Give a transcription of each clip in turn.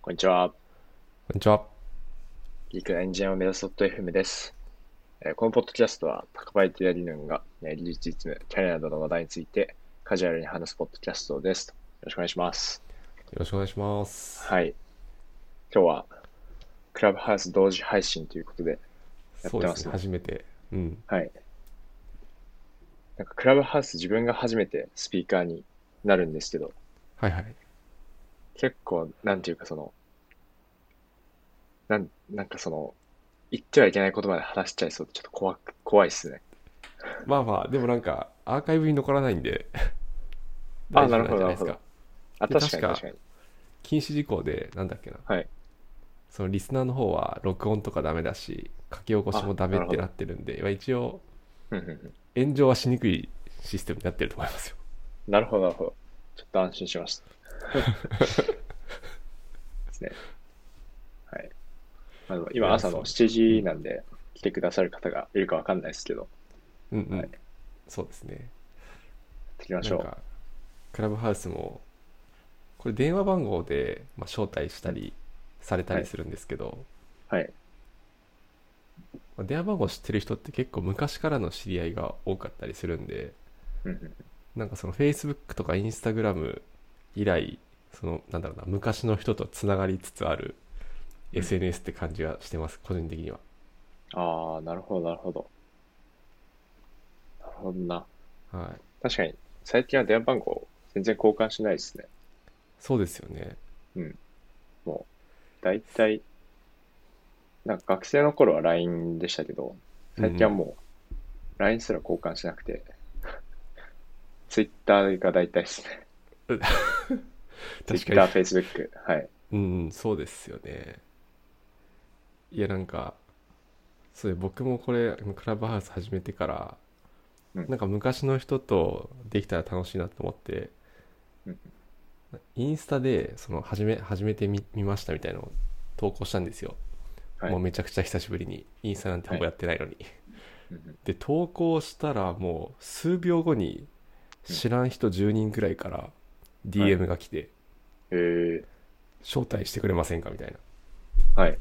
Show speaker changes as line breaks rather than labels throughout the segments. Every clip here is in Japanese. こんにちは。
こんにちは。
ギークなエンジニアを目指すソフト FM です。えーこのポッドキャストは、高バイティア理論が、えー技術実務、キャリアなどの話題についてカジュアルに話すポッドキャストです。よろしくお願いします。
よろしくお願いします。
はい。今日は、クラブハウス同時配信ということで、やってますね
そうですね、初めて。うん。
はい。なんか、クラブハウス自分が初めてスピーカーになるんですけど、
はいはい。
結構、なんていうかその、なん、なんかその、言ってはいけないことまで話しちゃいそうで、ちょっと怖く、怖いっすね。
まあまあ、でもなんか、アーカイブに残らないんで、
あ
大丈夫な
なる
んじゃないです
ほどなる
か。
あ、
で
確かに確
確
か
か
に。
禁止事項で、なんだっけな、
はい。
そのリスナーの方は録音とかダメだし、書き起こしもダメ
あなる
っ
ほ
て
ど
なってるんで、まあ一応、
うんうんうん
炎上はしにくいシステムになってると思いますよ。
なるほど、なるほど。ちょっと安心しま した。ですね。はい。あの今
いや
朝の
そ
7時なんで、来てくださる方がいるかわかんないですけど、や
うんうん。
はい
そうですね。
っていきまし
な
ょ
ん
う。
か、クラブハウスも、これ電話番号で、まあ、招待したりされた
はい
りするんですけど、
はい。
まあ電話番号知ってる人って結構昔からの知り合いが多かったりするんで
うんうん
なんかその Facebook とか Instagram 以来そのなんだろうな昔の人とつながりつつある
うん
SNS って感じがしてます、個人的には
ああ、なるほど、なるほど。なるほどな。
はい
確かに、最近は電話番号全然交換しないですね。
そうですよね
もう、だいたい、なんか学生の頃は LINE でしたけど、最近はもう、LINE すら交換しなくて、Twitter が大体ですね。
確
Twitter、
か
Facebook。はい。
にうんそうですよねいやなんかそう僕もこれクラブハウス始めてから、
うん
なんか昔の人とできたら楽しいなと思って
うん
インスタでその始め始めてみ見ましたみたいなのを投稿したんですよ、
はい
もうめちゃくちゃ久しぶりにインスタなんてほぼやってないのに、
うん
で投稿したらもう数秒後に知らん人10人くらいから
はい
DM が来て、
え
招待してくれませんかみたいな
ー、はい。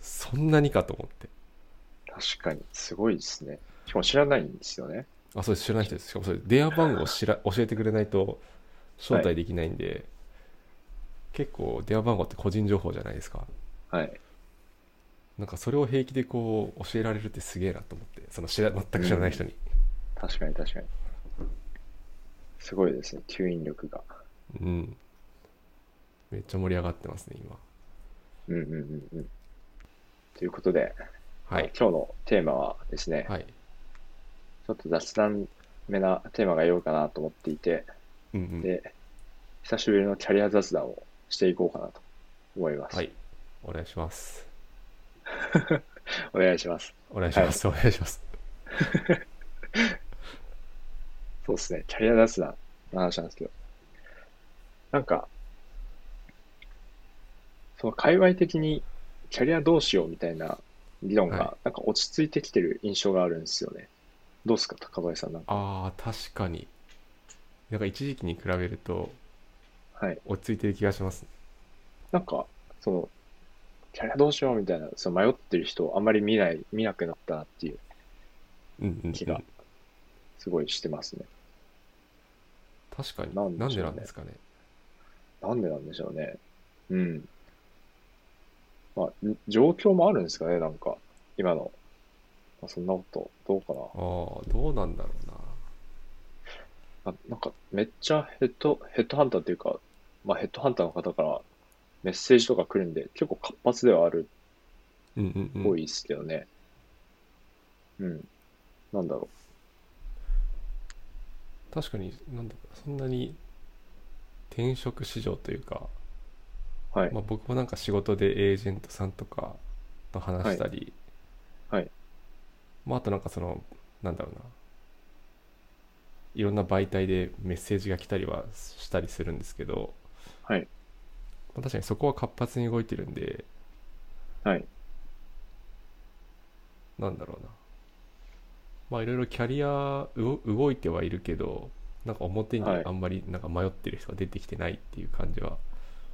そんなにかと思って
確かに、すごいですね。しかも知らないんですよね。
あそうです知らない人ですしかもそれ電話番号を知ら 教えてくれないと招待できないんで、結構電話番号って個人情報じゃないですか
はい。
なんかそれを平気でこう教えられるってすげえなと思ってその知ら全く知らない人に、
確かに、確かに。すごいですね、吸引力が。
うん。めっちゃ盛り上がってますね、今。
うんうんうんうん。ということで、
はい。
今日のテーマはですね、
はい。
ちょっと雑談めなテーマがようかなと思っていて、
うんうん。
で、久しぶりのキャリア雑談をしていこうかなと思います。
はい。お願いします。
お願いします。
お願いします。お願いします。
そうですね、キャリア雑談の話なんですけど、なんか、その界隈的にキャリアどうしようみたいな議論
は
が、なんか落ち着いてきてる印象があるんですよね。どうですか、高林さんなんか。
ああ、確かに。なんか一時期に比べると
はい。
落ち着いてる気がします。
なんか、その、キャリアどうしようみたいな、その迷ってる人をあんまり見ない、見なくなったなっていう、
うんうんうん。
気がすごいしてますね。
確かに。
な
なん
でしょうね
んでなんですかね。
なんでなんでしょうね。うん。まあ、ん状況もあるんですかね、なんか、今の。まあ、そんなこと、どうか
ああ、どうなんだろうな。
な。あなんか、めっちゃヘッド、ヘッドハンターっていうか、まあ、ヘッドハンターの方からメッセージとか来るんで、結構活発ではある
うん
っ
うんう
ぽ
ん。
いですけどね。うん。なんだろ
確かに、なんだそんなに転職市場というか、
う。はい。
まあ、僕もなんか仕事でエージェントさんとかと話したり、
はいはい
まあ、あとなんかそのなんだろうないろんな媒体でメッセージが来たりはしたりするんですけど、
はい
まあ、確かにそこは活発に動いてるんで
はい。
なんだろうなまあいろいろキャリアうご動いてはいるけどなんか表に
はい
あんまりなんか迷ってる人が出てきてないっていう感じは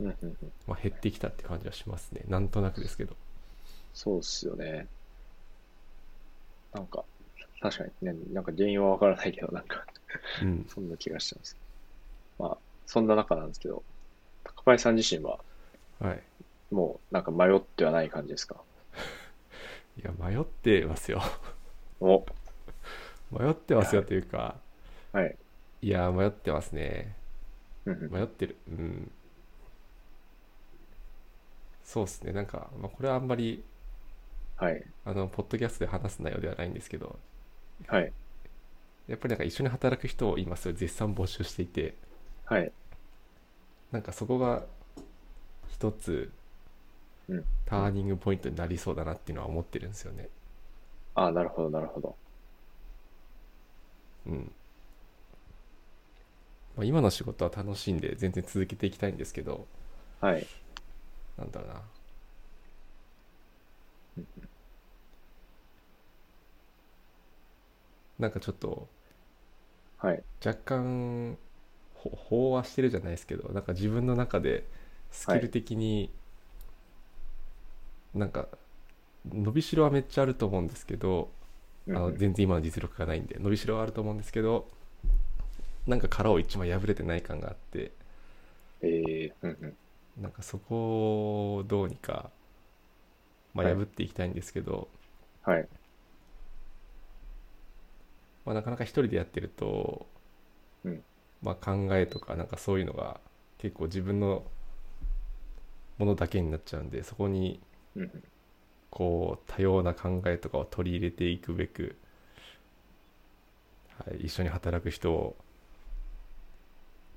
うんうんうん、
まあ、減ってきたって感じはしますねなんとなくですけど
そうっすよね。なんか、確かにね、なんか原因はわからないけど、なんか、
うん
そんな気がしてます。まあ、そんな中なんですけど、高林さん自身は、
はい
もうなんか迷ってはない感じですか
いや迷ってますよ
お、
迷ってますよというか
はい。
いや迷ってますね
うんうん
迷ってるうんそうですねなんか、まあ、これはあんまり
はい。
あのポッドキャストで話す内容ではないんですけど
はい。
やっぱりなんか一緒に働く人を今それ絶賛募集していて
はい。
なんかそこが一つ
うん
ターニングポイントになりそうだなっていうのは思ってるんですよね。
ああ、なるほど、なるほど。
うんまあ、今の仕事は楽しんで全然続けていきたいんですけど
はい。
なんだろうななんかちょっと
はい。
若干ほ飽和してるじゃないですけどなんか自分の中でスキル的に、なんか伸びしろはめっちゃあると思うんですけど、
うん
あ
う
の
ん
全然今の実力がないんで伸びしろはあると思うんですけどなんか殻を一枚破れてない感があって
えー、うんうん。
なんかそこをどうにか、まあ、
はい
破っていきたいんですけど、
はい。
まあ、なかなか一人でやってると、
うん
まあ、考えとかなんかそういうのが結構自分のものだけになっちゃうんでそこに
うんうん
こう多様な考えとかを取り入れていくべく、はい、一緒に働く人を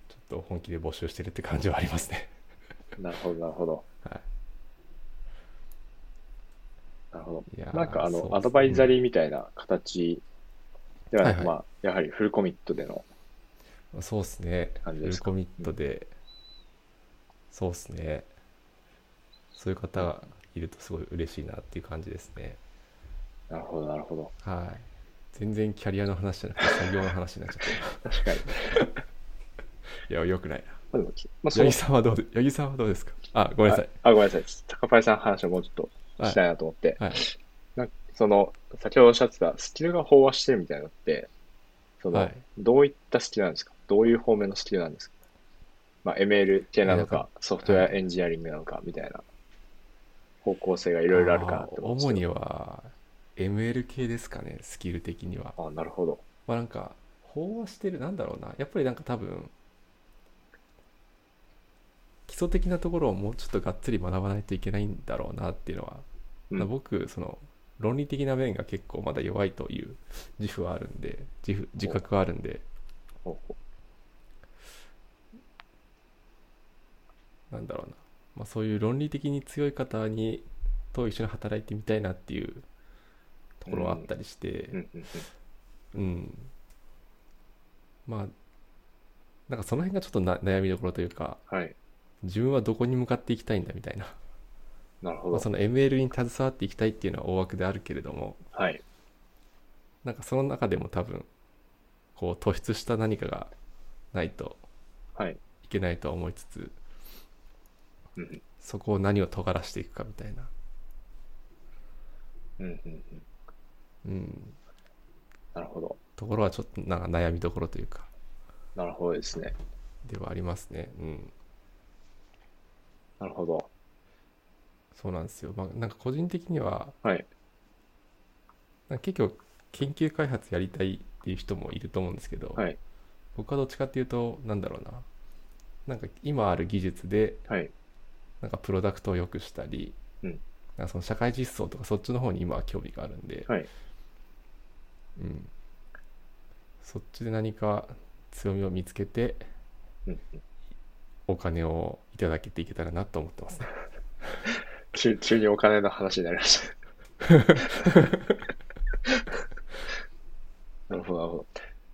ちょっと本気で募集してるって感じはありますね。
なるほど、なるほど。
は
なるほど。
い、いやー
なんかあ
そう
の、
っす
アドバイザリーみたいな形ではなく、
はい
ま
は
あ、やはりフルコミットでの
うんそうですね。
感じ
フ
で
ル
すか
コミットで、そうですね。そういう方がいるとすごい嬉しいなっていう感じですね。
なるほど、なるほど。
はい。全然キャリアの話じゃなくて、作業の話になっちゃっ
確かに。
た。 いや、よくない
まあ、でもまあ、
な。
そ
八
の
木さんはどうで、八木さんはどうですかあ、ごめんなさい。
あ、ごめんなさい。高パイさんの話をもうちょっと
は
し
い。
たいなと思って、
はい。
なんかその、先ほどおっしゃってたスキルが飽和してるみたいなのって、その、
はい
どういったスキルなんですかどういう方面のスキルなんですかまあ、ML 系なの
いやなん
か、ソフトウェアエンジニアリングなのか、みたいな方向性がいろいろあるかなって思うんです
主
けど。
には、ML 系ですかね、スキル的には。
あ、なるほど。
まあなんか、飽和してる、なんだろうな。やっぱりなんか多分、基礎的なところをもうちょっとがっつり学ばないといけないんだろうなっていうのは、
うん
まあ僕、その、論理的な面が結構まだ弱いという自負はあるんで、自負、自覚はあるんで、
ほうほ
なんだろうな。まあそういう論理的に強い方に、と一緒に働いてみたいなっていうところはあったりして、
ううんうんうん
うん。まあ、なんかその辺がちょっとな悩みどころというか、
はい。
自分はどこに向かっていきたいんだみたいな、
なるほ
まあ、
ど。
その ML に携わっていきたいっていうのは大枠であるけれども、
はい。
なんかその中でも多分、こう突出した何かがないと
はい。
いけないとは思いつつ、
うんうん
そこを何を尖らしていくかみたいな、
うんうんうん。
うん、
なるほど。
ところはちょっとなんか悩みどころというか、
なるほどですね。
ではありますね。うん。
なるほど。
そうなんですよ。まあ、なんか個人的には、
はい。
なんか結構研究開発やりたいっていう人もいると思うんですけど、
はい。
僕はどっちかっていうとなんだろうななんか今ある技術で
はい。
なんかプロダクトを良くしたり、
うん
なんかその社会実装とかそっちの方に今は興味があるんで、
はい。
うん、そっちで何か強みを見つけて
うん
お金をいただけていけたらなと思ってますね。
急急にお金の話になりました。 なるほど、なるほど。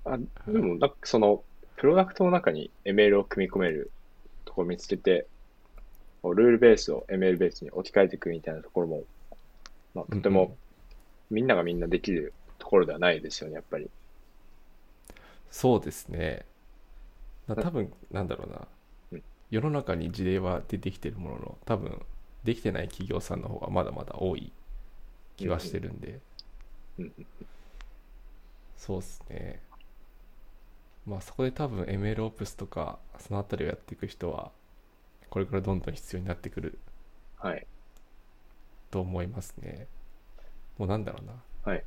あでも、なんかその、プロダクトの中に ML を組み込めるところを見つけて、こうルールベースを ML ベースに置き換えていくみたいなところも、まあ、とて
うんう
も
ん
みんながみんなできるところではないですよね、やっぱり。
そうですね。だ多分なんだろうな
うん。
世の中に事例は出てきてるものの多分できてない企業さんの方がまだまだ多い気はしてるんで、
うん
そうっすねまあそこで多分 MLOps とかそのあたりをやっていく人はこれからどんどん必要になってくる
はい。
と思いますねもうなんだろうな
はい。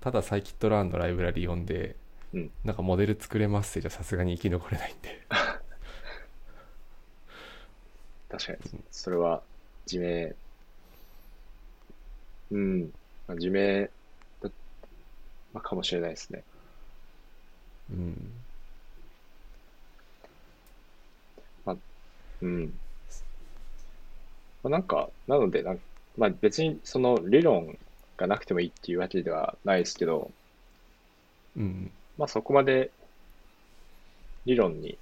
ただサイキットラーンのライブラリ読んで、
うん
なんかモデル作れますってじゃさすがに生き残れないんで
確かに。それは、自明。うん。まあ、自明だ、まあ、かもしれないですね。
うん
うん。まあ、なんか、なのでなん、まあ、別にその理論がなくてもいいっていうわけではないですけど、
うん
まあそこまで理論に、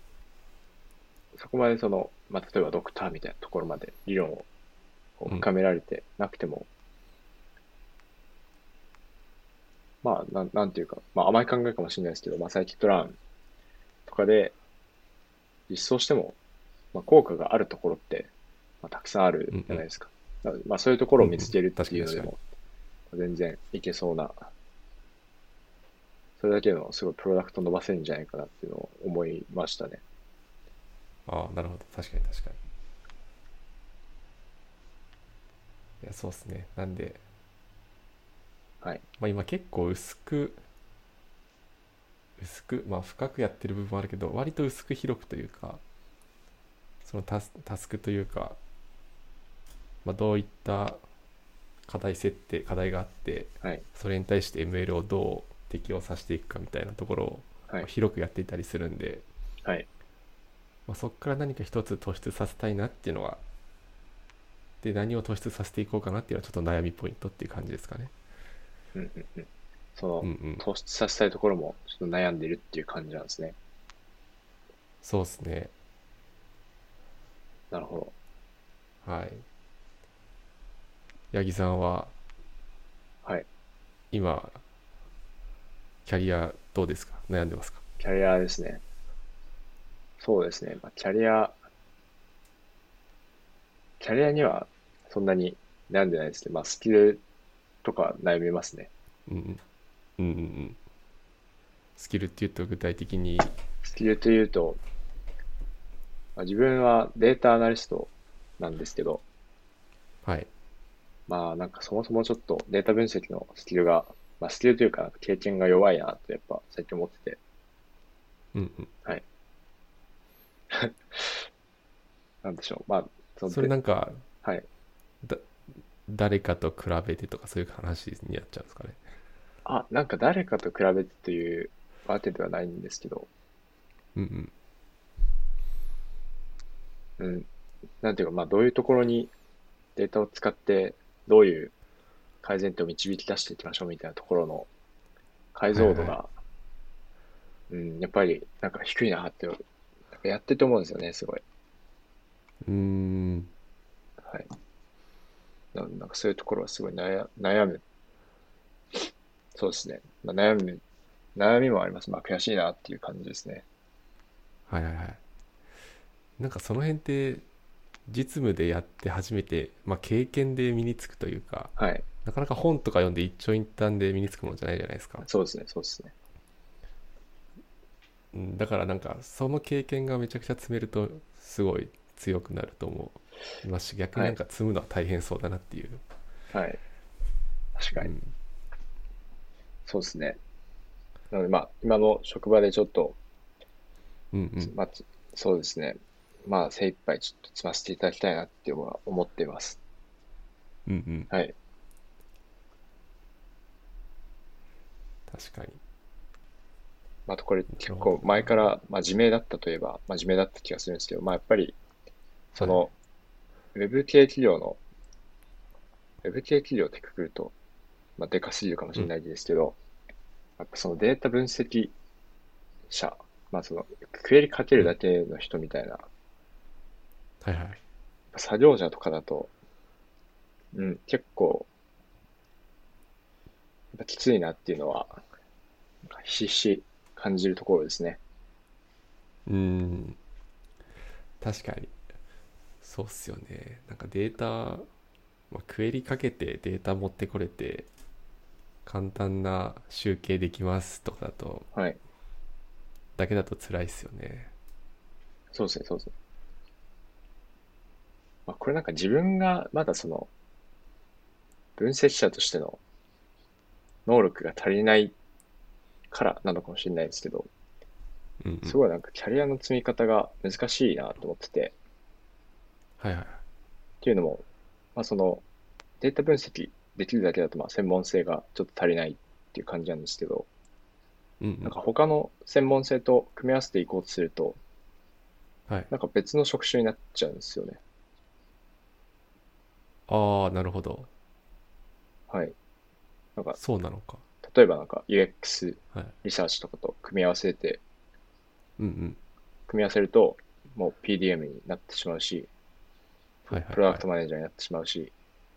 そこまでその、まあ例えばドクターみたいなところまで理論をこう
うん
深められてなくても、まあなん、なんていうか、まあ甘い考えかもしれないですけど、まあサイキットランとかで実装しても、まあ効果があるところって、まあ、たくさんあるじゃないですか。なのでまあそういうところを見つけるっていうのでも、全然いけそうなそれだけのすごいプロダクト伸ばせるんじゃないかなっていうのを思いましたね。
ああなるほど確かに確かにいやそうっすねなんで、
はい
まあ、今結構薄く薄くまあ深くやってる部分もあるけど割と薄く広くというかそのタスタスクというか、まあ、どういった課題設定課題があって
はい。
それに対して ML をどう適用させていくかみたいなところを
はい。
広くやっていたりするんで、
はい。
まあ、そこから何か一つ突出させたいなっていうのはで何を突出させていこうかなっていうのはちょっと悩みポイントっていう感じですかね。
うんうんうん。そ
うんう
の、
ん、
突出させたいところもちょっと悩んでるっていう感じなんですね。
そうですね。
なるほ
はい。八木さんは
ど。はい。
今キャリアどうですか悩んでますか
キャリアですね。そうですね。まあ、キャリア、キャリアにはそんなに悩んでないですけど、まあ、スキルとか悩みますね。
うんうんうんうんうん。スキルっていうと具体的に
スキルというと、まあ、自分はデータアナリストなんですけど、
はい。
まあなんかそもそもちょっとデータ分析のスキルが、まあスキルというかなんか経験が弱いなとやっぱ最近思ってて、
うんうん
なんでしょう。まあ、その
それ
で
なんか
はい。
だ誰かと比べてとかそういう話になっちゃうんですかね。
あ、なんか誰かと比べてというわけではないんですけど、
うんうん。
うん。なんていうか、まあどういうところにデータを使ってどういう改善点を導き出していきましょうみたいなところの解像度
はい
が、うん、やっぱりなんか低いなって、なんかやってて思うんですよね、すごい。
うーん。
はい。ななんかそういうところはすごい悩悩む。そうですね。まあ、悩む、悩みもあります。まあ悔しいなっていう感じですね。
はいはいはい。なんかその辺って実務でやって初めて、まあ、経験で身につくというか
はい。
なかなか本とか読んで一長一短で身につくものじゃないじゃないですか、
そうですね。そうですね。
うん、だからなんかその経験がめちゃくちゃ積めるとすごい強くなると思いますし逆になんか積むのは大変そうだなっていう、
はい。確か
う
に。
ん
そうですね。なのでまあ、今の職場でちょっと、
うんうん
まあ、つそうですね。まあ、精一杯ちょっと積ませていただきたいなっていうのは思っています。
うんうん
はい。
確かに
まあ、あとこれ結構前から、まあ、自明だったといえば、まあ、自明だった気がするんですけど、まあ、やっぱり、その、ウェブ系企業の、ウェブ系企業ってくくると、まあ、でかすぎるかもしれないですけど、やっぱそのデータ分析者、まあ、その、クエリかけるだけの人みたいな、
はいはい
作業者とかだと、うん、結構、やっぱきついなっていうのは、なんかひしひし感じるところですね。
うん確かにそうっすよね。なんかデータ、まあ、クエリかけてデータ持ってこれて、簡単な集計できますとかだと、
はい。
だけだと辛いっすよね。
そうですね、そうですね。まあ、これなんか自分がまだその、分析者としての能力が足りないからなのかもしれないですけど、
うん、うん。
すごいなんかキャリアの積み方が難しいなと思ってて、
はいはい。
っていうのも、まあ、そのデータ分析できるだけだとまあ専門性がちょっと足りないっていう感じなんですけど、
うん、うん
なんか他の専門性と組み合わせていこうとすると、
はい。
なんか別の職種になっちゃうんですよね。
ああ、なるほど。
はい。なんか
そうなのか。
例えばなんか UX
はい。
リサーチとかと組み合わせて、
うんうん。
組み合わせるともう PDM になってしまうし、
はいはい、はい。
プロダクトマネージャーになってしまうし、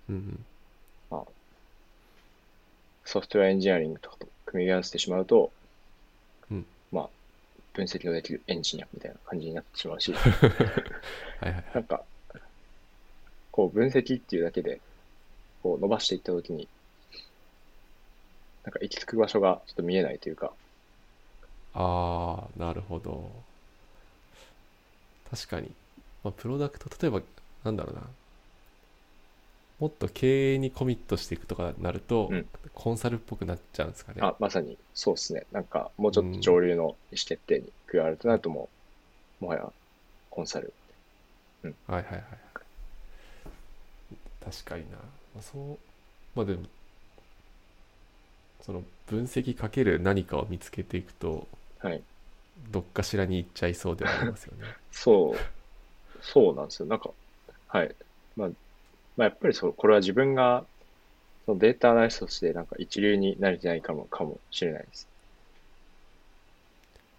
うんうん。
ソフトウェアエンジニアリングとかと組み合わせてしまうと、
うん
まあ、分析のできるエンジニアみたいな感じになってしまうし、
はいはいはい。
なんか、こう分析っていうだけで、こう伸ばしていったときに、なんか行き着く場所がちょっと見えないというか、
ああ、なるほど。確かに。まあ、プロダクト、例えば、なんだろうな。もっと経営にコミットしていくとかなると、
うん
コンサルっぽくなっちゃうんですかね。
あ、まさにそうですね。なんかもうちょっと上流の意思決定に加わるとなるともう、もはやコンサル。
はいはいはい。確かにな。まあ、そう、まあでも、その分析かける何かを見つけていくと、
はい。
どっかしらに行っちゃいそうではありますよ ね。
そう、そうなんですよ。なんか、はい。まあ、まあ、やっぱりそう、これは自分がそのデータアナリストとしてなんか一流になれてないかも、かもしれないです。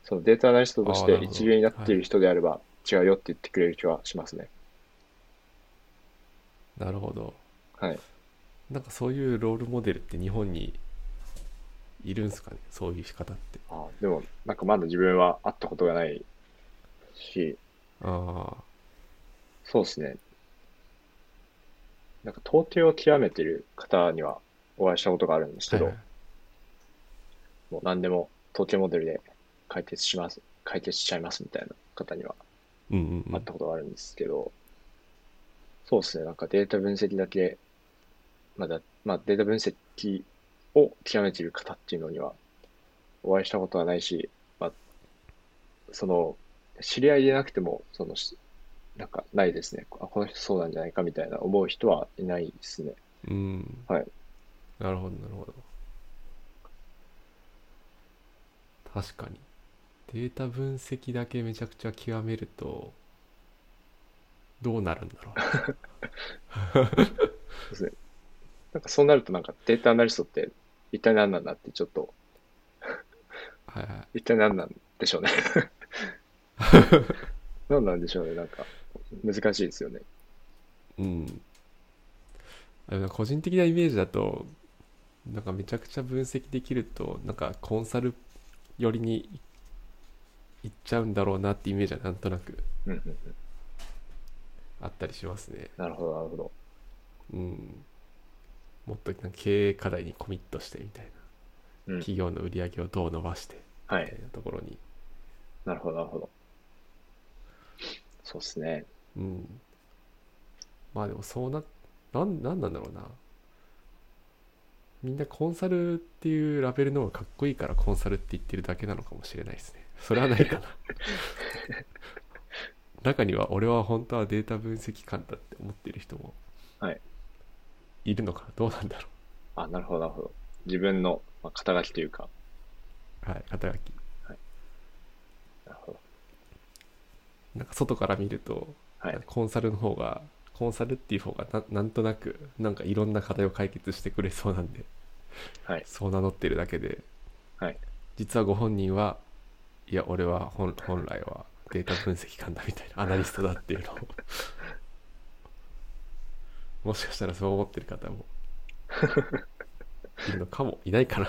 そのデータアナリストとし
あーな
て
るほど
一流になっている人であれば、違うよって言ってくれる気はしますね。
なるほど。
はい。
なんかそういうロールモデルって日本にいるんですかね、そういう仕方って。
あーでも、なんかまだ自分は会ったことがないし、
あ
そうですね。なんか統計を極めてる方にはお会いしたことがあるんですけ
あ、
ど、
はいはい
もう何でも統計モデルで解決します、解決しちゃいますみたいな方には
うんうんうん
会ったことがあるんですけど、そうですね、なんかデータ分析だけ、まだ、まあデータ分析を極めている方っていうのにはお会いしたことはないし、まあ、その、知り合いでなくても、その、しなんかないですね。あ、この人そうなんじゃないかみたいな思う人はいないですね。
うん。
はい。
なるほど、なるほど。確かに。データ分析だけめちゃくちゃ極めると、どうなるんだろ
そ
う。
うですね。なんかそうなるとなんかデータアナリストって一体何なんだってちょっと
はいはい。
一体何なんでしょうね何なんでしょうねなんか難しいですよね
うん。あでもなんか個人的なイメージだと、なんかめちゃくちゃ分析できると、なんかコンサル寄りに行っちゃうんだろうなってイメージはなんとなく
うんうんうん
あったりしますね。
なるほどなるほど
うん。もっとなんか経営課題にコミットしてみたいな。
うん
企業の売り上げをどう伸ばして
は
み
い
たいなところに。
なるほどなるほどそうですね
うん。まあでもそうな、なん、なんなんだろうな。みんなコンサルっていうラベルの方がかっこいいからコンサルって言ってるだけなのかもしれないですね。それはないかな。 中には俺は本当はデータ分析官だって思ってる人も
はい
いるのかな。どうなんだろ
あなるほどなるほど自分の、まあ、肩書きというか
う。はい、肩書き。
なるほど
なんか外から見ると、
はい
コンサルの方が、コンサルっていう方がななんとなく、なんかいろんな課題を解決してくれそうなんで、
はい
そう名乗ってるだけで、
はい
実はご本人は、いや、俺は本本来はデータ分析官だみたいな、アナリストだっていう のを、もしかしたらそう思ってる方もいるのかも、いないかな。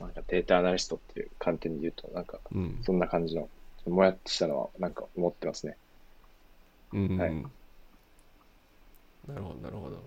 なんかデタアナリストっていう観点で言うと、なんか、
うん
そんな感じの、もやっとしたのは、なんか思ってますね。
うん、
はい
なるほどなるほど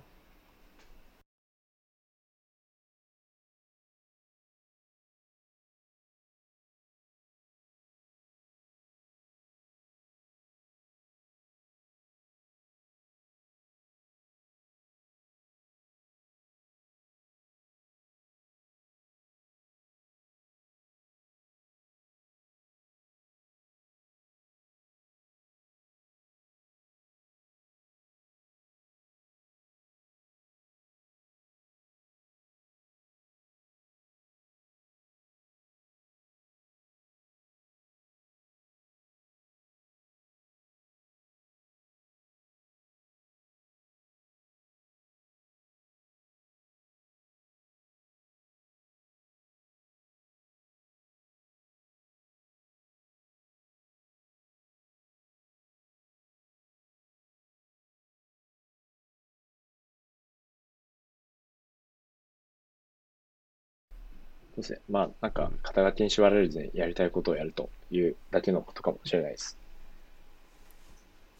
そうですね。まあ、なんか、肩書きに縛られずにやりたいことをやるというだけのことかもしれないです。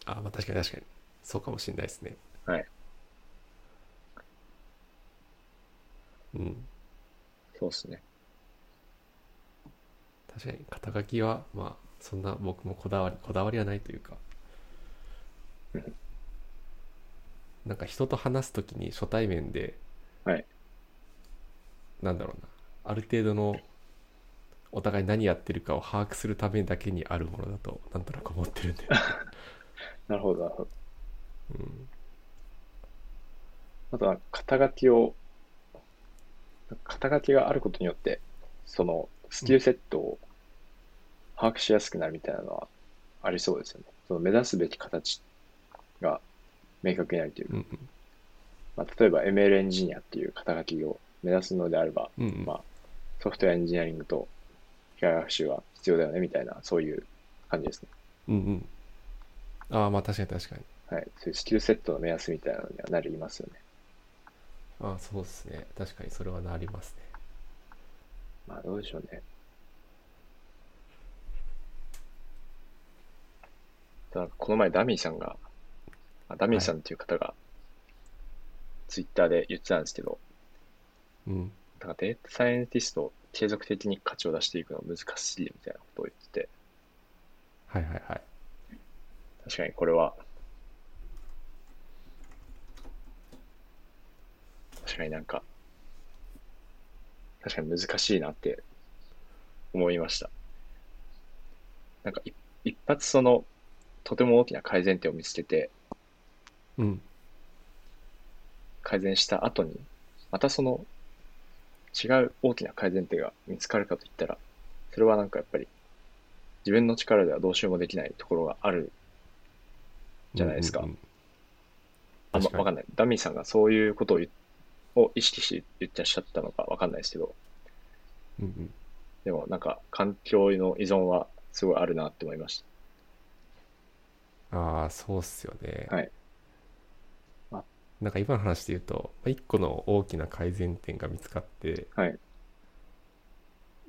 あまあ確かに確かにそうかもしれないですね
はい
うん
そうですね。
確かに肩書きはまあそんな僕もこだわりこだわりはないというか
うん
なんか人と話すときに初対面で、
はい
なんだろうなある程度のお互い何やってるかを把握するためだけにあるものだとなんとなく思ってるんで、
なるほど、なるほど。
うん、
あとは、肩書きを、肩書きがあることによって、その、スキルセットを把握しやすくなるみたいなのはありそうですよね。その目指すべき形が明確になるというか、
うん
まあ、例えば ML エンジニアっていう肩書きを目指すのであれば、
うんうん
まあ、ソフトウェアエンジニアリングと機械学習は必要だよねみたいな、そういう感じですね。
うんうんああまあ確かに確かに
はい。そういうスキルセットの目安みたいなのにはなりますよね。
ああそうですね確かにそれはなりますね
まあ、どうでしょうね。ただこの前、ダミーさんが、あダミーさんっていう方が、ツイッターで言ってたんですけど、
うん
なんかデータサイエンティストを継続的に価値を出していくの難しいみたいなことを言ってて、
はいはいはい
確かにこれは、確かになんか、確かに難しいなって思いました。なんかい一発その、とても大きな改善点を見つけて、
うん
改善した後に、またその、違う大きな改善点が見つかるかといったら、それはなんかやっぱり、自分の力ではどうしようもできないところがあるじゃないですか
うんうんうん
あんま
確かに
わかんない。ダミーさんがそういうことを言っを意識して言ってらっしゃったのかわかんないですけど、
うんうん
でもなんか環境の依存はすごいあるなって思いまし
ああ、そうっすよね。
はいあ
なんか今の話で言うと、まあ一個の大きな改善点が見つかって、
はい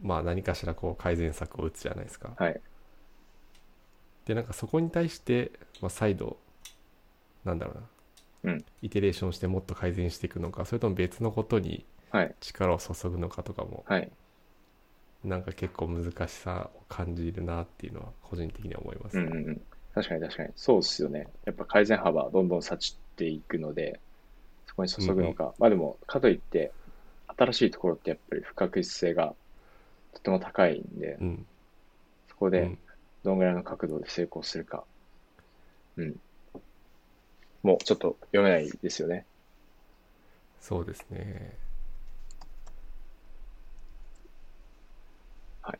まあ何かしらこう改善策を打つじゃないですか。
た。はい。
で、なんかそこに対して、まあ、再度、なんだろうな、
うん
イテレーションしてもっと改善していくのか、それとも別のことに
はい。
力を注ぐのかとかも、
はい。
なんか結構難しさを感じるなっていうのは、個人的には思います
うん
ね。
うんうん。確かに確かに。そうですよね。やっぱ改善幅はどんどんさちっていくので、そこに注ぐのか。まあでも、かといって、新しいところってやっぱり不確実性がとても高いんで、
うん。
そこ
う
で
ん
どんぐらいの角度で成功するか。うん。もうちょっと読めないですよね。
そうですね。
はい。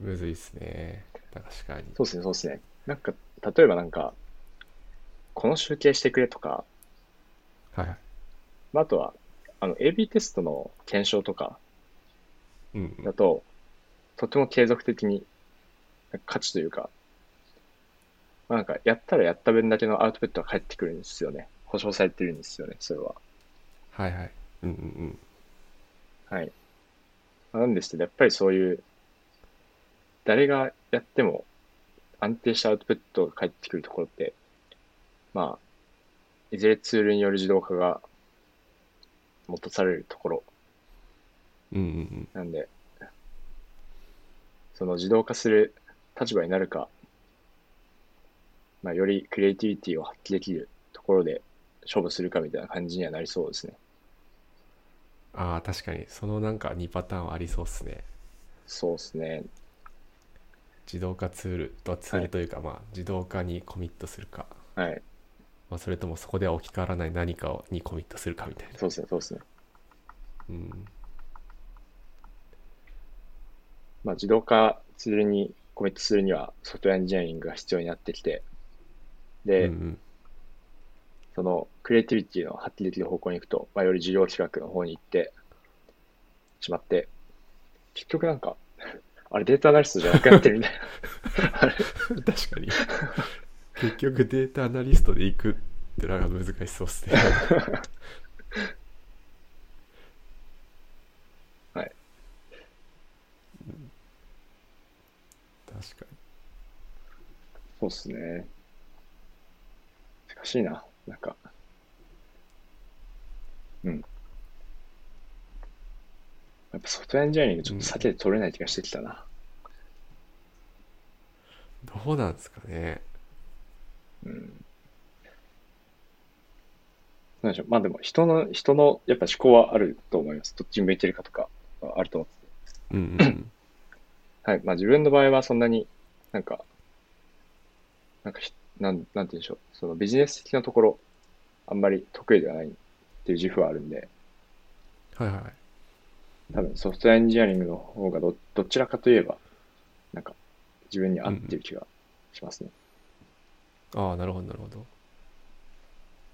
むずいっすね。確かに。
そうですね、そうですね。なんか、例えばなんか、この集計してくれとか、
はいはい。
まあ、あとは、あの、AB テストの検証とか
うん
だと、とても継続的に価値というか、まあ、なんか、やったらやった分だけのアウトプットが返ってくるんですよね。保証されてるんですよね、それは。
はいはい。うんうん
はい。なんですけど、やっぱりそういう、誰がやっても安定したアウトプットが返ってくるところって、まあ、いずれツールによる自動化が求されるところ
うんうん
なんで、その自動化する立場になるか、まあ、よりクリエイティビティを発揮できるところで勝負するかみたいな感じにはなりそうですね。
ああ確かにそのなんか2パターンはありそうっすね
そうですね。
自動化ツールとツールというか、まあ自動化にコミットするか、
はい。
まあ、それともそこでは置き換わらない何かをにコミットするかみたいな
そうですね、そうですね。
うん
まあ、自動化ツールにコミットするにはソフトウェアエンジニアリングが必要になってきて、
うん
で、
うん
そのクリエイティビティの発揮できる方向に行くと、まあ、より事業企画の方に行ってしまって、結局なんか、 あれデータアナリストじゃなくなってるみたいな。
確かに結局データアナリストで行くってのが難しそうっすね
はい
うん確かに
そうっすね。難しいな。なんか、うん。やっぱソフトウェアエンジニアリングちょっと避けて取れない気がしてきたな。
どうなんですかね
うん。なんでしょう。まあでも人の、人のやっぱ思考はあると思います。どっちに向いてるかとかはあると思ってて。
うんうんうん
はい。まあ自分の場合はそんなになんか、なんかひ、なん、なんて言うんでしょう。そのビジネス的なところ、あんまり得意ではないっていう自負はあるんで、
はいはい
多分ソフトウェアエンジニアリングの方がど、どちらかといえば、なんか自分に合ってる気がしますね。
ああなるほどなるほど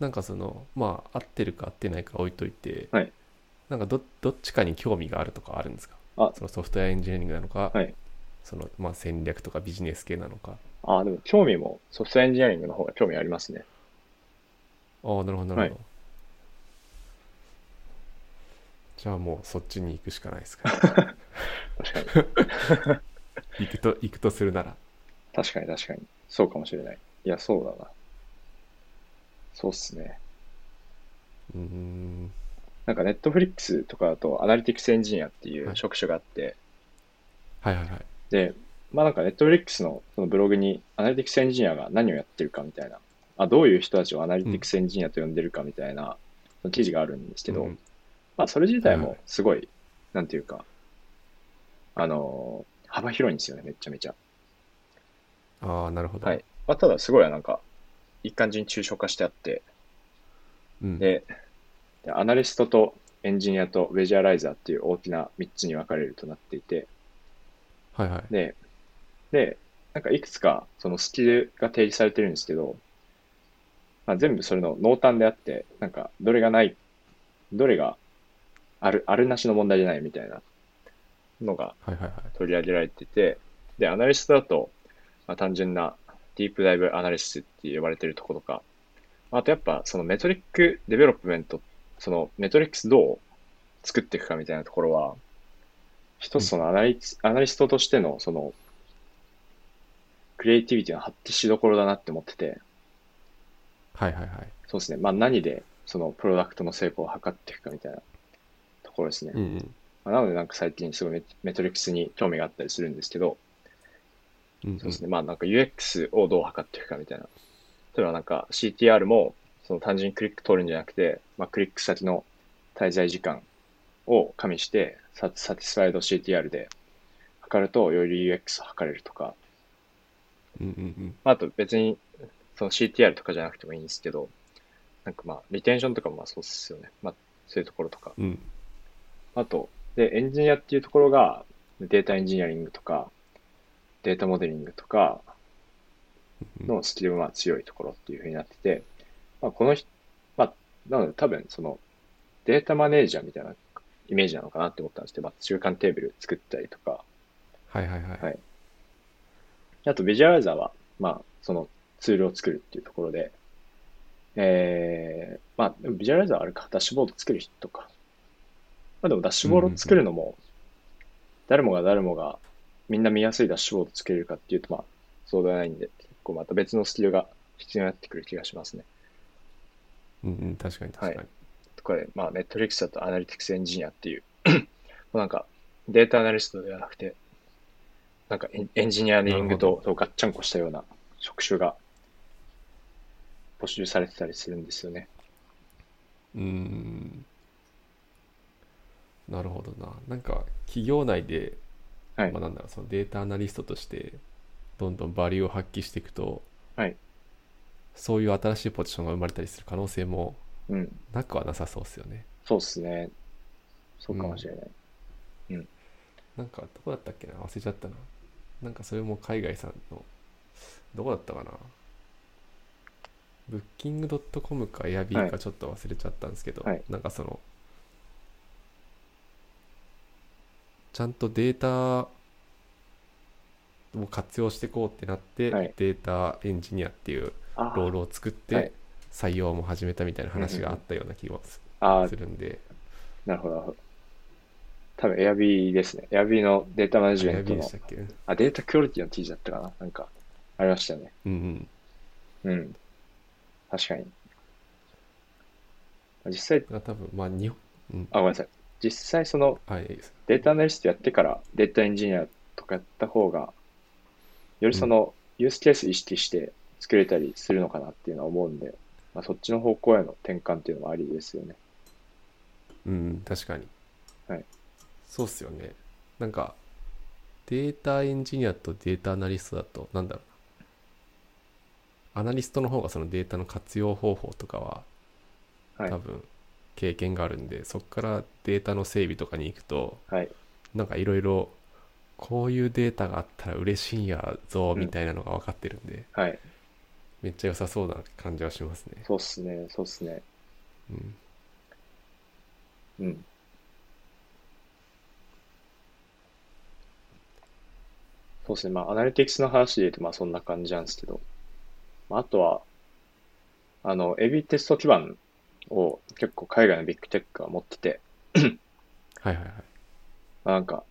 なんかそのまあ合ってるか合ってないか置いといて、
はい
なんかどどっちかに興味があるとかあるんですか
あ
そのソフトウェアエンジニアリングなのか、
はい
そのまあ戦略とかビジネス系なのか
ああ、でも興味もソフトウェアエンジニアリングの方が興味ありますね。
ああなるほどなるほど、
は
じゃあもうそっちに行くしかな いですか、ね、
確かに。
行くと行くとするなら
確かに確かに。そうかもしれない。いや、そうだな。そうっすね。
うーん
なんかネットフリックスとかだとアナリティクスエンジニアっていう職種があって、
はいはいはい
で、まあなんかネットフリックスのそのブログにアナリティクスエンジニアが何をやってるかみたいな、あどういう人たちをアナリティクスエンジニアと呼んでるかみたいなその記事があるんですけど、
うん
まあそれ自体
は
も
い
すごい、なんていうか、あのー幅広いんですよね、めちゃめちゃ。
ああなるほど、
はい。まあただすごいなんか、いい感じに抽象化してあって、
うん、
で、でアナリストとエンジニアとビジュアライザーっていう大きな3つに分かれるとなっていて、
はいはい
で、で、なんかいくつかそのスキルが提示されてるんですけど、まあ、全部それの濃淡であって、なんかどれがない、どれがある、あるなしの問題じゃないみたいなのが
はいはいはい
取り上げられてて、で、アナリストだと、まあ、単純なディープダイブアナリシスって呼ばれてるところとか、あとやっぱそのメトリックデベロップメント、そのメトリックスどう作っていくかみたいなところは、一つそのアナリスアナリストとしてのその、クリエイティビティの発揮しどころだなって思ってて、
はいはいはい
そうですね。まあ何でそのプロダクトの成功を図っていくかみたいなところですね。
うんうん
まあなのでなんか最近すごいメメトリックスに興味があったりするんですけど、
うんうん
そうですね。まあなんか UX をどう測っていくかみたいな。例えばなんか CTR もその単純にクリック取るんじゃなくて、まあクリック先の滞在時間を加味して、ササティスファイド CTR で測るとより UX を測れるとか、
うんうん
まああと別にその CTR とかじゃなくてもいいんですけど、なんかまあリテンションとかもまあそうですよね。まあそういうところとか。
うんうん
あと、で、エンジニアっていうところが、データエンジニアリングとか、データモデリングとかのスキルが強いところっていうふうになってて、まあ、この人、まあ、なので多分そのデータマネージャーみたいなイメージなのかなって思ったんですけど、まあ、中間テーブル作ったりとか、
はいはいはい
はいあとビジュアライザーは、まあ、そのツールを作るっていうところで、えー、まあ、でもビジュアライザーはあれか、ダッシュボード作る人とか。まあでもダッシュボード作るのも、誰もが誰もがみんな見やすいダッシュボード作れるかっていうと、まあ、そうではないんで、結構また別のスキルが必要になってくる気がしますね。
うんうん、確かに確かに。
とかで、まあ、ネットフリックスだとアナリティクスエンジニアっていう、 もうなんかデータアナリストではなくて、なんかエンエンジニアリングととガッチャンコしたような職種が募集されてたりするんですよね。
うーん。なるほどな。なんか、企業内で、
はい
まあ、なんだろう、そのデータアナリストとして、どんどんバリューを発揮していくと、
はい
そういう新しいポジションが生まれたりする可能性も
うん。
なくはなさそうですよね。
そうっすね。そうかもしれない。
なんか、どこだったっけな忘れちゃったな。なんか、それも海外さんの、どこだったかなブッキングドットコムかエアビー
は
かちょっと忘れちゃったんですけど、
はい
なんかその、ちゃんとデータを活用していこうってなって、
はい
データエンジニアっていう
あ
ロールを作っ
はい
て、採用も始めたみたいな話があったような気がす
あー
す、るんで、
なるほど、なるほど。多分 Airb ですね。Airb のデータマネジ
エ
メ
ア
ント
ビーで
の
し、たっけう
あ、データクオリティの記事だったかななんか、ありましたよね。
んうん。
うん。確かに。実際、
だから多分、まあ、日本、うん。
あ、ごめんなさい。実際その
はい、いいです。
データアナリストやってからデータエンジニアとかやった方が、よりそのユースケース意識して作れたりするのかなっていうのは思うんで、まあ、そっちの方向への転換っていうのもありですよね。
うん、確かに。
はい。
そうっすよね。なんか、データエンジニアとデータアナリストだと、なんだろうな。アナリストの方がそのデータの活用方法とかは、
はい
多分、経験があるんで、そこからデータの整備とかに行くと、
はい。
なんかいろいろ、こういうデータがあったら嬉しいんやぞ、
うん
みたいなのが分かってるんで、
はい。
めっちゃ良さそうな感じはしますね。
そうっすね。そうっすね。
うん。
うん。そうですね。まあ、アナリティクスの話で言うと、まあ、そんな感じなんですけど。まあ、あとは、あの、エビテスト基盤を結構海外のビッグテックが持ってて、
はいはいはい。
まあ、なんか、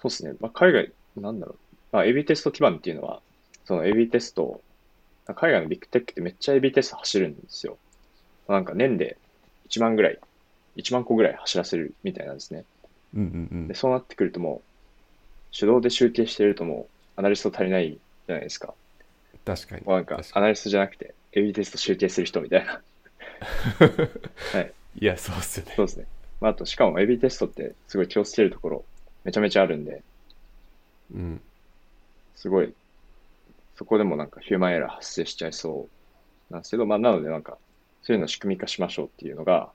そうですね。まあ、海外、なんだろう。まあ、エビテスト基盤っていうのは、そのエビテストを、海外のビッグテックってめっちゃエビテスト走るんですよ。まあなんか年で1万ぐらい、1万個ぐらい走らせるみたいなんですね。
うんうん
で、そうなってくるともう、手動で集計してるともう、アナリスト足りないじゃないですか。
うん。確かに。
もうなんか、
確か
アナリストじゃなくて、エビテスト集計する人みたいな。
にいや、そうっすよね。
そうですね。まあ、あと、しかもエビテストってすごい気をつけるところ、めちゃめちゃあるんで、
うん。
すごい、そこでもなんかヒューマンエラー発生しちゃいそうなんですけど、まあ、なのでなんか、そういうのを仕組み化しましょうっていうのが、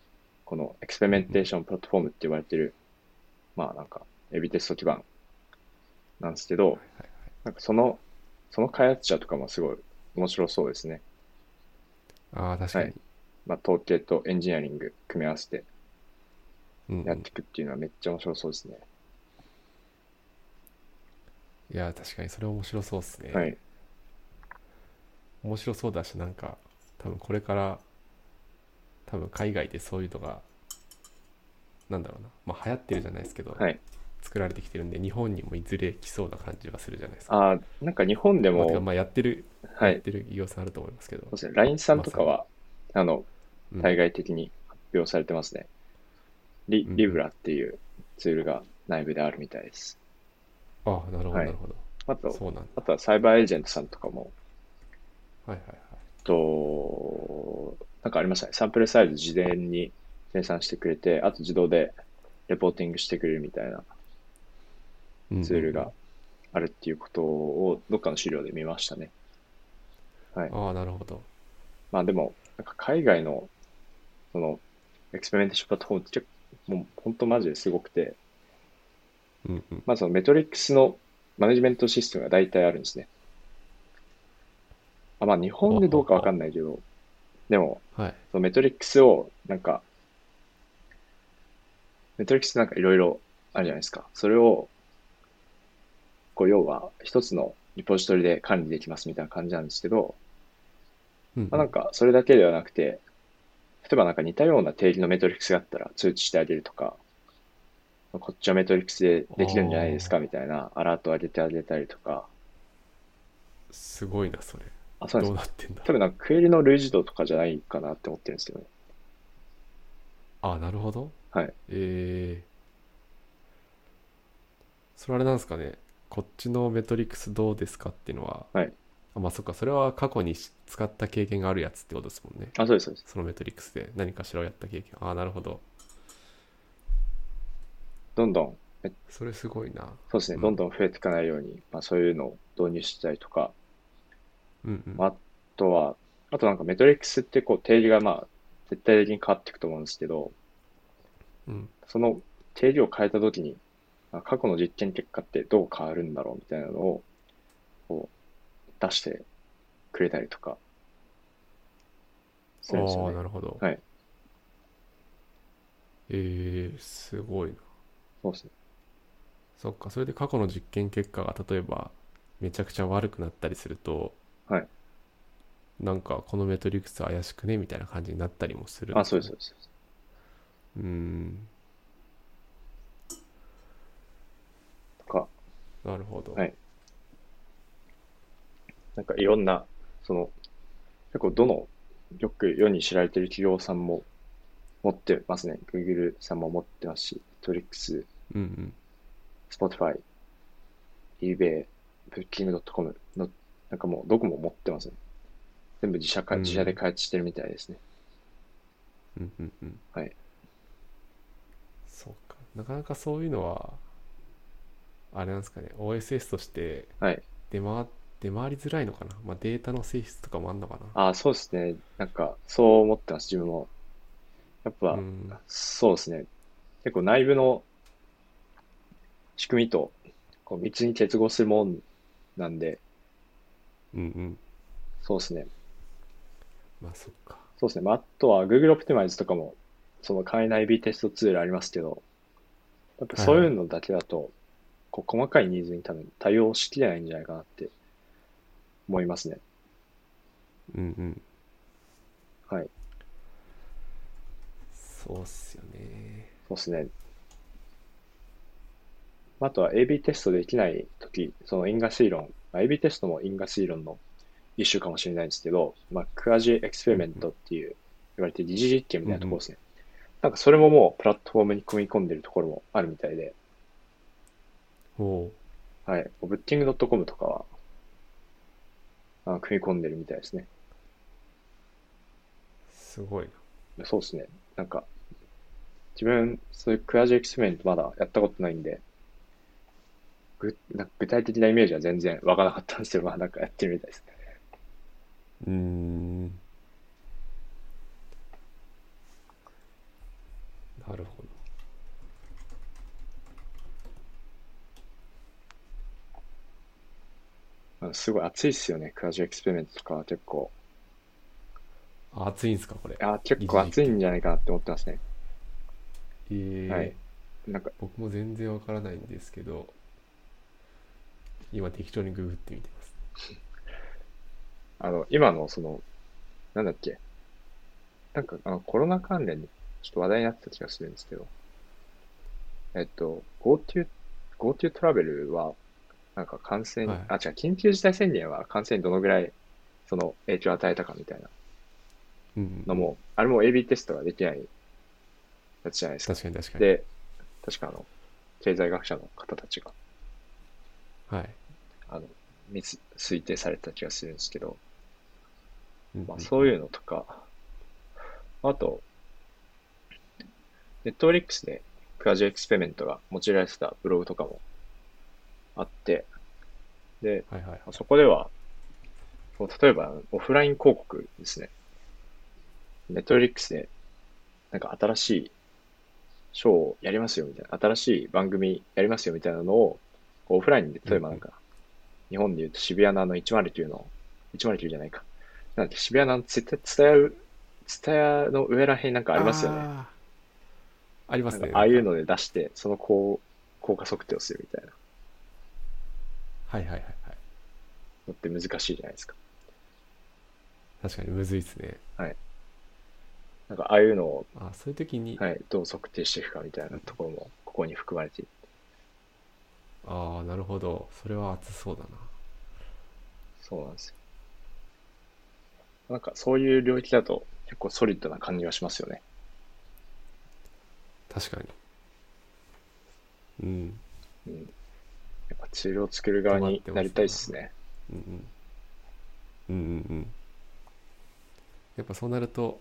このエクスペリメンテーションプラットフォームって言われてる、まあなんか、エビテスト基盤なんですけど、
はいはい
なんかその、その開発者とかもすごい面白そうですね。
ああ、確かに。
はいまあ、統計とエンジニアリング組み合わせて
うんうん
やっていくっていうのはめっちゃ面白そうですね。
いや、確かにそれ面白そうですね。
はい。
面白そうだし、なんか、多分これから、多分海外でそういうのが、なんだろうな、まあ流行ってるじゃないですけど、
はい。
作られてきてるんで、日本にもいずれ来そうな感じはするじゃないですか。
ああ、なんか日本で
まあ、てか
も、
まあやってる、
は
や
い
っ。てる企業さんあると思いますけど
そう、ですね。LINE さんとかは、あの、
うん
対外的に発表されてますね。リ
うんうん
リブラっていうツールが内部であるみたいです。
ああ、なるほど、
は
ないるほど。
あと、
そうなんだ。
あとはサイバーエージェントさんとかも、
はいはいはい。
と、なんかありましたね。サンプルサイズ事前に生産してくれて、あと自動でレポーティングしてくれるみたいな
うんうん
ツールが。あるっていうことをどっかの資料で見ましたね。
ああ、なるほど。
まあでも、なんか海外のそのエクスペリメンテーションプラットフォームって結構もう本当マジですごくて、
うんうん。
まあそのメトリックスのマネジメントシステムが大体あるんですね。あまあ日本でどうかわかんないけど、でも
はい。
そのメトリックスをなんか、メトリックスなんかいろいろあるじゃないですか。それを、こう要は一つのリポジトリで管理できますみたいな感じなんですけど、
うんうん
まあ、なんかそれだけではなくて、例えばなんか似たような定義のメトリックスがあったら通知してあげるとか、まあこっちはメトリックスでできるんじゃないですかみたいなアラートを上げてあげたりとか、
すごいなそれ
あ、そうなん
ど
で
う
す。
なってんだ
多分なんかクエリの類似度とかじゃないかなって思ってるんですけどね。
あなるほど
はい
えーそれあれなんですかねこっちのメトリックスどうですかっていうのは、
はい
あまあそっかそれは過去にし使った経験があるやつってことですもんね
あ、そうです、そうです。
そのメトリックスで何かしらをやった経験ああなるほど
どんどん、
それすごいな
そうですね、
うん
どんどん増えていかないように、まあそういうのを導入したりとか、
うんうん、
まあ、あとは、あとなんかメトリックスってこう定義がまあ絶対的に変わっていくと思うんですけど、
うん
その定義を変えたときに、まあ過去の実験結果ってどう変わるんだろうみたいなのをこう出してくれたりとかするんです
あ
よ
あ
ね
な。るほど
はい
えー、すごいな
そうですね。
そっかそれで過去の実験結果が例えばめちゃくちゃ悪くなったりすると
はい
なんかこのメトリックス怪しくねみたいな感じになったりもするん
あ、そうです、
か
そうです。そう
ね
です
うーん
とか、
なるほど、
はいなんかいろんな、その、結構どの、よく世に知られてる企業さんも持ってますね。Google さんも持ってますし、Netflix、
うんうん
Spotify、eBay、Booking.com の、なんかもうどこも持ってますね。全部自社か、
うん
自社で開発してるみたいですね。
うんうんうん
はい
そうかなかなかそういうのはあれなんですかね OSS として
はい
出回出回りづらいのかな、まあ、データの性質とかもあんのかな
ああ、そうですね。なんか、そう思ってます、自分も。やっぱ
う、ん
そうですね。結構内部の仕組みと、こう、密に結合するもんなんで、
うんうん
そうですね。
まあそっか
そうですね。まあ、あとは Google Optimize とかも、その簡易内 B テストツールありますけど、やっぱそういうのだけだと、こう細かいニーズに多分対応しきれないんじゃないかなって思いますね。
うんうん
はい。
そうっすよね
そうですね。あとは AB テストできないとき、その因果推論、まあ AB テストも因果推論の一種かもしれないんですけど、まあ、クアジエクスペリメントっていう、言われて二次実験みたいなところですね。なんかそれももうプラットフォームに組み込んでるところもあるみたいで、
おう
はい。ブッキング .com とかは、あ、組み込んでるみたいですね。
すごいな
そうですね。なんか、自分、そういうクラウジエクスペリメントまだやったことないんで、ぐ、なんか具体的なイメージは全然わからなかったんですけど、まあなんかやってるみたいですね。
うーんなるほど
あのすごい熱いっすよね。クラウジエクスペリメントとかは結構。
あ熱いんすかこれ
あ、結構熱いんじゃないかなって思ってますね。
えー
はいなんか、
僕も全然わからないんですけど今適当にググってみてます
あの、今のその、なんだっけ。なんか、あの、コロナ関連でちょっと話題になってた気がするんですけど、えっと、GoTo、GoTo トラベルは、なんか感染、
はい
あ、違う、緊急事態宣言は感染にどのぐらい、その影響を与えたかみたいな
うん
のも、あれも AB テストができないやつじゃないですか。
確かに確かに
で、確かあの、経済学者の方たちが、
はい、
あの、密推定された気がするんですけど、
うん
まあ、
うん
そういうのとか、あと、ネットフリックスでクラジオエクスペリメントが用いられてたブログとかもあって、で、
はいはいはい
そこでは、こう例えばオフライン広告ですね。ネットフリックスで、なんか新しいショーをやりますよみたいな、新しい番組やりますよみたいなのを、こうオフラインで、例えばなんか、日本で言うと渋谷のあの109の、109じゃないか。なんか渋谷のあのツタ、ツタヤ、ツタヤの上らへんなんかありますよね。
あーありま
な
す
んか
ね
ああいうので出して、その効効果測定をするみたいな
はいはいはいはい
のって難しいじゃないですか。
確かにむずいですね
なんかああいうのを
あそういう時に、
はい、どう測定していくかみたいなところもこ考に含まれている。
ああなるほどそれは熱そうだな
そうなんですよ。なんかそういう領域だと結構ソリッドな感じがしますよね。
確かにうん
うん。やっぱ治療を作る側になりたいですね。
うんうんうんうんうんやっぱそうなると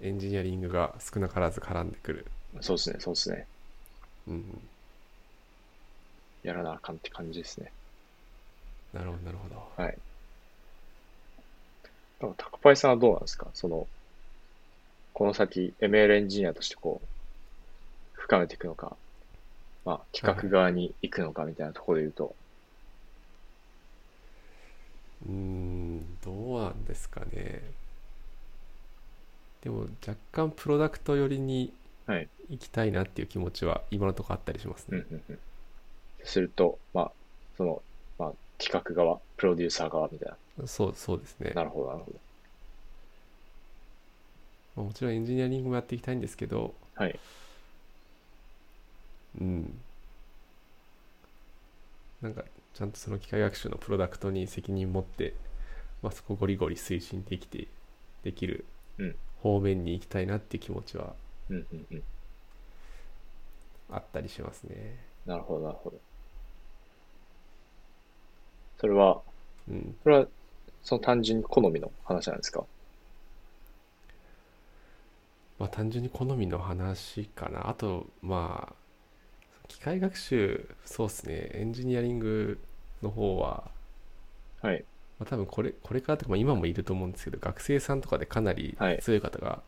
エンジニアリングが少なからず絡んでくる
そうですね、そうですね。
うんうん
やらなあかんって感じですね。
なるほどなるほど
はい。でも、タコパイさんはどうなんですかその、この先、ML エンジニアとしてこう、深めていくのか、まあ、企画側に行くのかみたいなところで言うと、
うーんどうなんですかねでも若干プロダクト寄りに
はい
行きたいなっていう気持ちは今のところあったりします
うん
ね、
うんうん。すると、まあ、その、まあ、企画側、プロデューサー側みたい
そうそうですね
な。なるほど、なるほど。
まあもちろんエンジニアリングもやっていきたいんですけど、
はい。
うん。なんか、ちゃんとその機械学習のプロダクトに責任持って、まあ、そこゴリゴリ推進できて、できる
うん
方面に行きたいなっていう気持ちは
うんうんうん。
あったりしますね。
なるほど、なるほど。それは、
うん。
それは、その単純に好みの話なんですか
まあ、単純に好みの話かな。あと、まあ、機械学習、そうですね。エンジニアリングの方は、
はい。
まあ、多分これこれからとか、まあ、今もいると思うんですけど学生さんとかでかなり
はい
強い方が、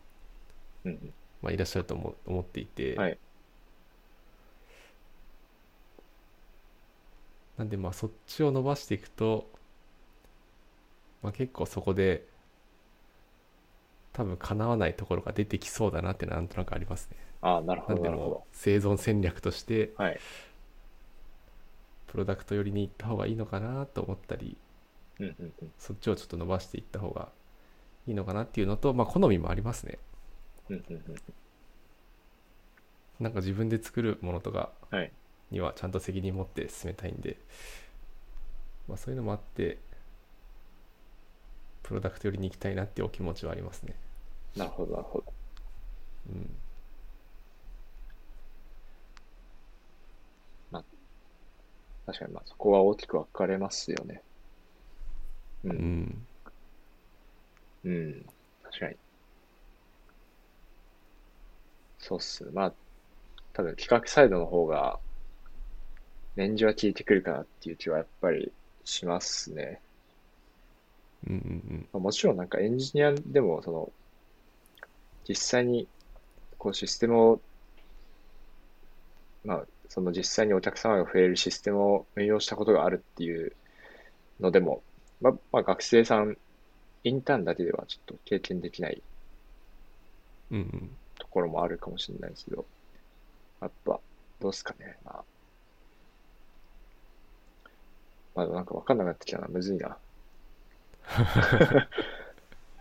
うんうん。
まあ、いらっしゃると思思っていて、
はい
なんでまあそっちを伸ばしていくと、まあ、結構そこで多分かなわないところが出てきそうだなってなんとなくありますね。
ああ、なるほ
なん
ど、
で
なるほ
もう生存戦略として
ど。はい。
プロダクト寄りに行った方がいいのかなと思ったり
うんうんうん。
そっちをちょっと伸ばしていった方がいいのかなっていうのと、まあ、好みもありますね。
うんうんうん。
なんか自分で作るものとか
はい
にはちゃんと責任持って進めたいんで、まあ、そういうのもあってプロダクト寄りに行きたいなっていうお気持ちはありますね。
なるほど、なるほど。
うん、
確かに、まあ、そこは大きく分かれますよね。う。
うんん、
うん。確かに。そうっすね。まあ、多分企画サイドの方が、年次は効いてくるかなっていう気はやっぱりしますね。
うん、うん、
まあもちろんなんかエンジニアでもその実際にこうシステムをまあその実際にお客様が増えるシステムを運用したことがあるっていうのでもまあ、まあ学生さんインターンだけではちょっと経験できない
うん、うん、
ところもあるかもしれないですけどやっぱどうですかねまあまあなんか分かんなくなってきたなむずい な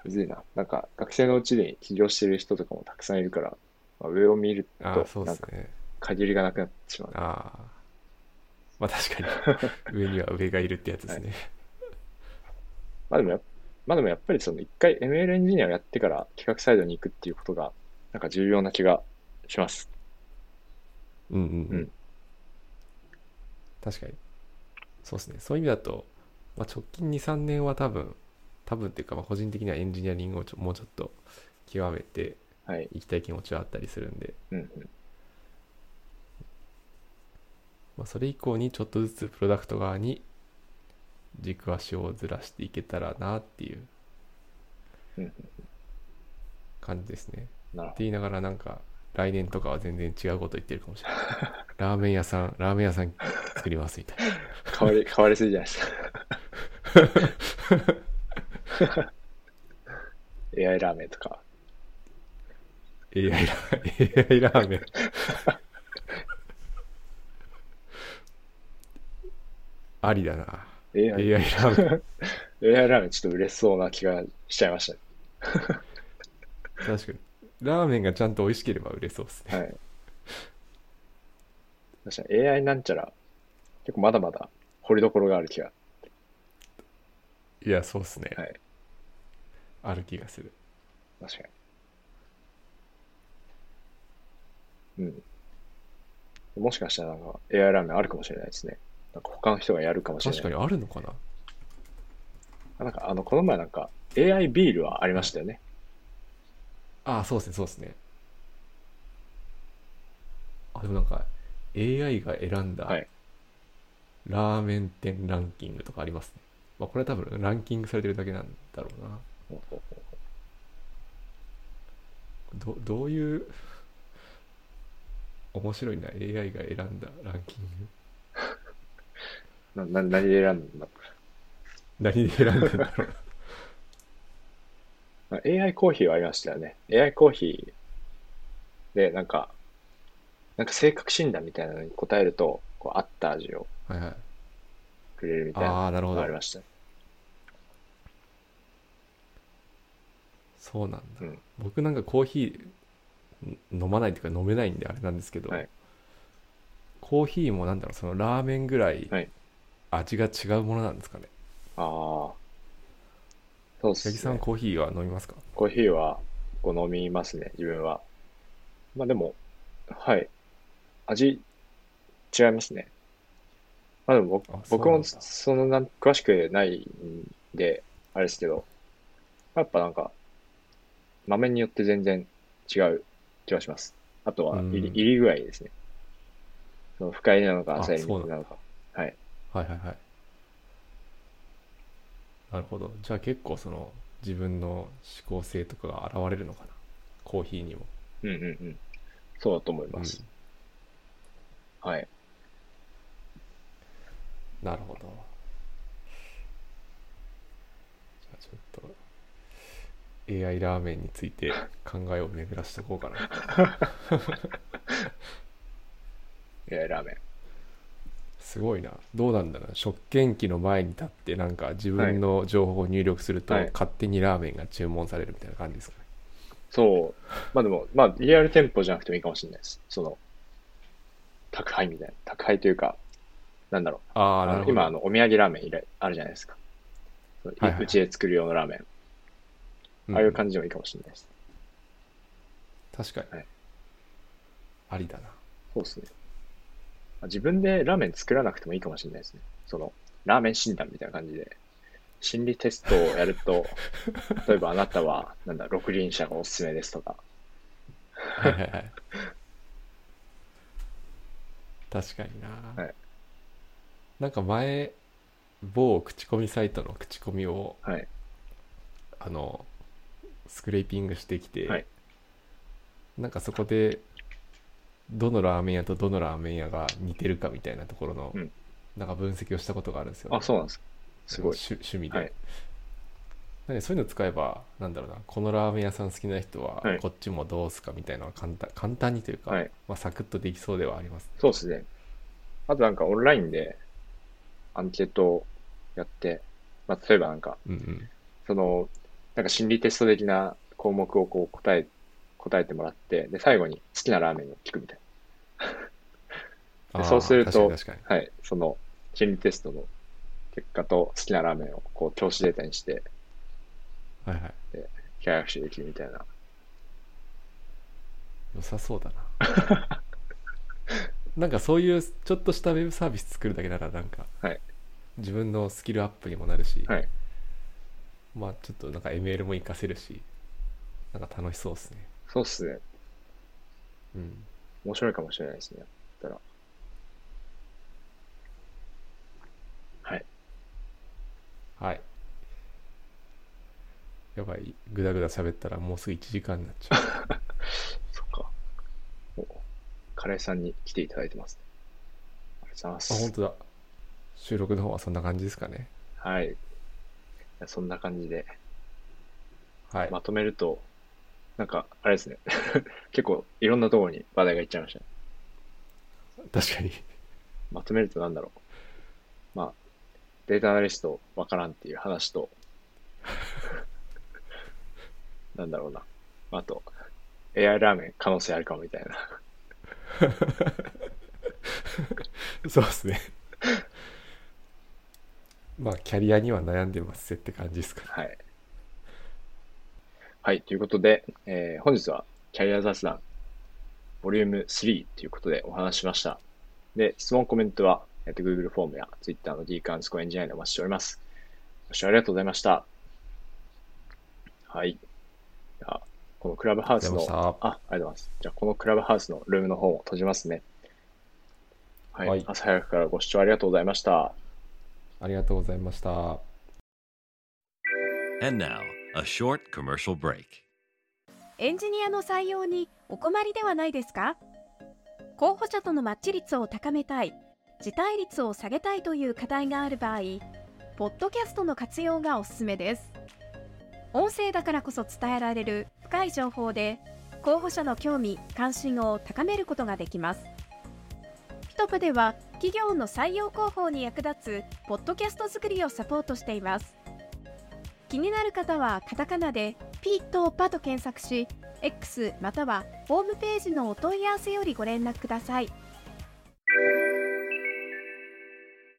むずいな。なんか、学生のうちに起業してる人とかもたくさんいるから、まあ、上を見る
ああ、そ
と、
うで
なん
す
か
ね。
限りがなくなってしまう。
ああ、まあ確か に上には上がいるってやつですね。
まあでもや、まあでもやっぱりその一回 ML エンジニアをやってから企画サイドに行くっていうことが、なんか重要な気がします。
うん、うん、
う
う
ん
ん。確かに。そうですね。そういう意味だと、まあ、直近2、3年は多分、多分っていうか、まあ個人的にはエンジニアリングをちょもうちょっと極めて
はい。
いきたい気持ちはあったりするんで、
うんうん。
まあ、それ以降にちょっとずつプロダクト側に軸足をずらしていけたらなっていう
うんうん
感じですね。
なる
っ
ほ
て言いながらなんか来年とかは全然違うこと言ってるかもしれないラーメン屋さんラーメン屋さん作りますみたいな
ど。変わ り、変わりすぎじゃないですか。AI ラーメンとか、
AI ラ AI ラーメンありだな AI
AI,
ラーメン
AI ラーメンちょっと嬉しそうな気がしちゃいましたね。
確かにラーメンがちゃんと美味しければ売れそうですね
はい。確かに AI なんちゃら、結構まだまだ掘りどころがある気が。
いやそうっすね、
はい
ある気がする
確かに。うん。もしかしたらなんか AI ラーメンあるかもしれないですね。なんか他の人がやるかもしれない
確。かにあるのかな
なんかあの、この前なんか AI ビールはありましたよね。
ああそうですねそうですねあでもなんか AI が選んだ
はい
ラーメン店ランキングとかありますね、まあ、これは多分ランキングされてるだけなんだろうなどどういう面白いな AI が選んだランキング
なな何で選んだ
何で選ん だんだろう
の ?AI コーヒーはありましたよね。AI コーヒーでなんか、なんか性格診断みたいなのに答えると、こう合った味を
はいはい
くれるみたいな
ああなるほ
の
ど
がありましたね。
そうなんだ、
うん
僕なんかコーヒーん飲まないっていうか飲めないんであれなんですけど、
はい
コーヒーもなんだろうそのラーメンぐらい
はい
味が違うものなんですかね
ああ。そうっす
八木さん
ね。
コーヒーは飲みますか
コーヒーはこう飲みますね、自分は。まあでも、はい。味、違いますね。まあでも僕
あ
僕も
そうなんだ
そのなん詳しくないんで、あれですけど、やっぱなんか、豆によって全然違う気がします。あとは
うん
入り、入り具合ですね。その深入りなのか
あ
浅入り
そうなんだ
なのか。はい。
はいはいはいなるほどじゃあ結構その自分の思考性とかが現れるのかなコーヒーにも、
うんうんうん。そうだと思い
うん
ます。はい。
なるほどじゃあちょっと AI ラーメンについて考えを巡らしておこうかな
いや、ラーメン。
すごいなどうなんだろう食券機の前に立ってなんか自分の情報を入力すると
はい
勝手にラーメンが注文されるみたいな感じですかね、
そう。まあでも、まあリアル店舗じゃなくてもいいかもしれないです。その、宅配みたいな。宅配というか、なんだろう。
ああなるほど
今、あの、お土産ラーメンいらあるじゃないですか。その
はいはいはいう
ちで作る用のラーメン。
うん
ああいう感じでもいいかもしれないです。
確かに、
はい
ありだな
そうですね。まあ自分でラーメン作らなくてもいいかもしれないですね。その、ラーメン診断みたいな感じで、心理テストをやる と、例えばあなたは、なんだ、六輪車がおすすめですとか、
はいはいはい確かにな、
はい
なんか前某口コミサイトの口コミを
はい。
あのスクレーピングしてきて、
はい
なんかそこでどのラーメン屋とどのラーメン屋が似てるかみたいなところの、
うん
なんか分析をしたことがあるんですよね、
あ、そうなんですか。すごい。
趣趣味で、
はい
なんでそういうの使えばなんだろうなこのラーメン屋さん好きな人は
はい
こっちもどうすかみたいなのは簡単簡単にというか、
はい
まあ、サクッとできそうではあります
そうですね。あとなんかオンラインでアンケートをやって、まあ、例えばなんか、
うんうん
その、なんか心理テスト的な項目をこう答え、答えてもらって、で、最後に好きなラーメンを聞くみたい
あー
そうすると
確かに確か
な。はい。その心理テストの結果と好きなラーメンをこう調子データにして、
にはいはい
機械学習できるみたいな。
良さそうだな なんかそういうちょっとしたウェブサービス作るだけならなんか、
はい
自分のスキルアップにもなるし、
はい
まあちょっとなんか ML も活かせるしなんか楽しそうですね
そうっすね。
うん
面白いかもしれないですね。やったら。はい。
はい。やばい、ぐだぐだ喋ったらもうすぐ1時間になっちゃう。
そっか。おカレーさんに来ていただいてますね。ありがとうございます。
あ、本当だ。収録の方はそんな感じですかね。
はい。いやそんな感じで、
はい。
まとめると、なんか、あれですね。 結構、いろんなところに話題がいっちゃいましたね。
確かに。
まとめるとなんだろう。まあ、データアナリストわからんっていう話と、なんだろうな。あと、AI ラーメン可能性あるかもみたいな。
そうですね。 まあ、キャリアには悩んでますって感じですかね。
はい。はい、ということで、えー本日はキャリア雑談、ボリューム3ということでお話ししました。で、質問、コメントは、えっと Google フォームや Twitter の d カンスコエンジニアでお待ちしております。ご視聴ありがとうございました。はい。じゃあ、このクラブハウス
あ
の
りがとうございまし、
あ、ありがとうございます。じゃあ、このクラブハウスのルームの方を閉じますね。はい。
はい
朝早くからご視聴ありがとうございました。
ありがとうございました。
And now, a short commercial break.
エンジニアの採用にお困りではないですか候補者とのマッチ率を高めたい、辞退率を下げたいという課題がある場合、ポッドキャストの活用がおすすめです。音声だからこそ伝えられる深い情報で、候補者の興味・関心を高めることができます。ピトプでは企業の採用広報に役立つポッドキャスト作りをサポートしています。気になる方はカタカナで「ピーとパ」と検索し X またはホームページのお問い合わせよりご連絡ください